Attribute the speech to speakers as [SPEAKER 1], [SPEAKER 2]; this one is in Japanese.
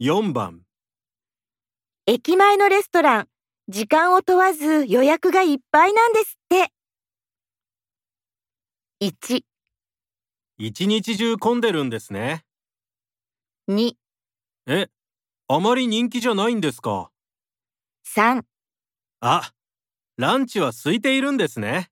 [SPEAKER 1] 4番
[SPEAKER 2] 駅前のレストラン、時間を問わず予約がいっぱいなんですって。1、
[SPEAKER 1] 一日中混んでるんですね
[SPEAKER 2] 2、
[SPEAKER 1] えあまり人気じゃないんですか
[SPEAKER 2] 3。
[SPEAKER 1] あランチは空いているんですね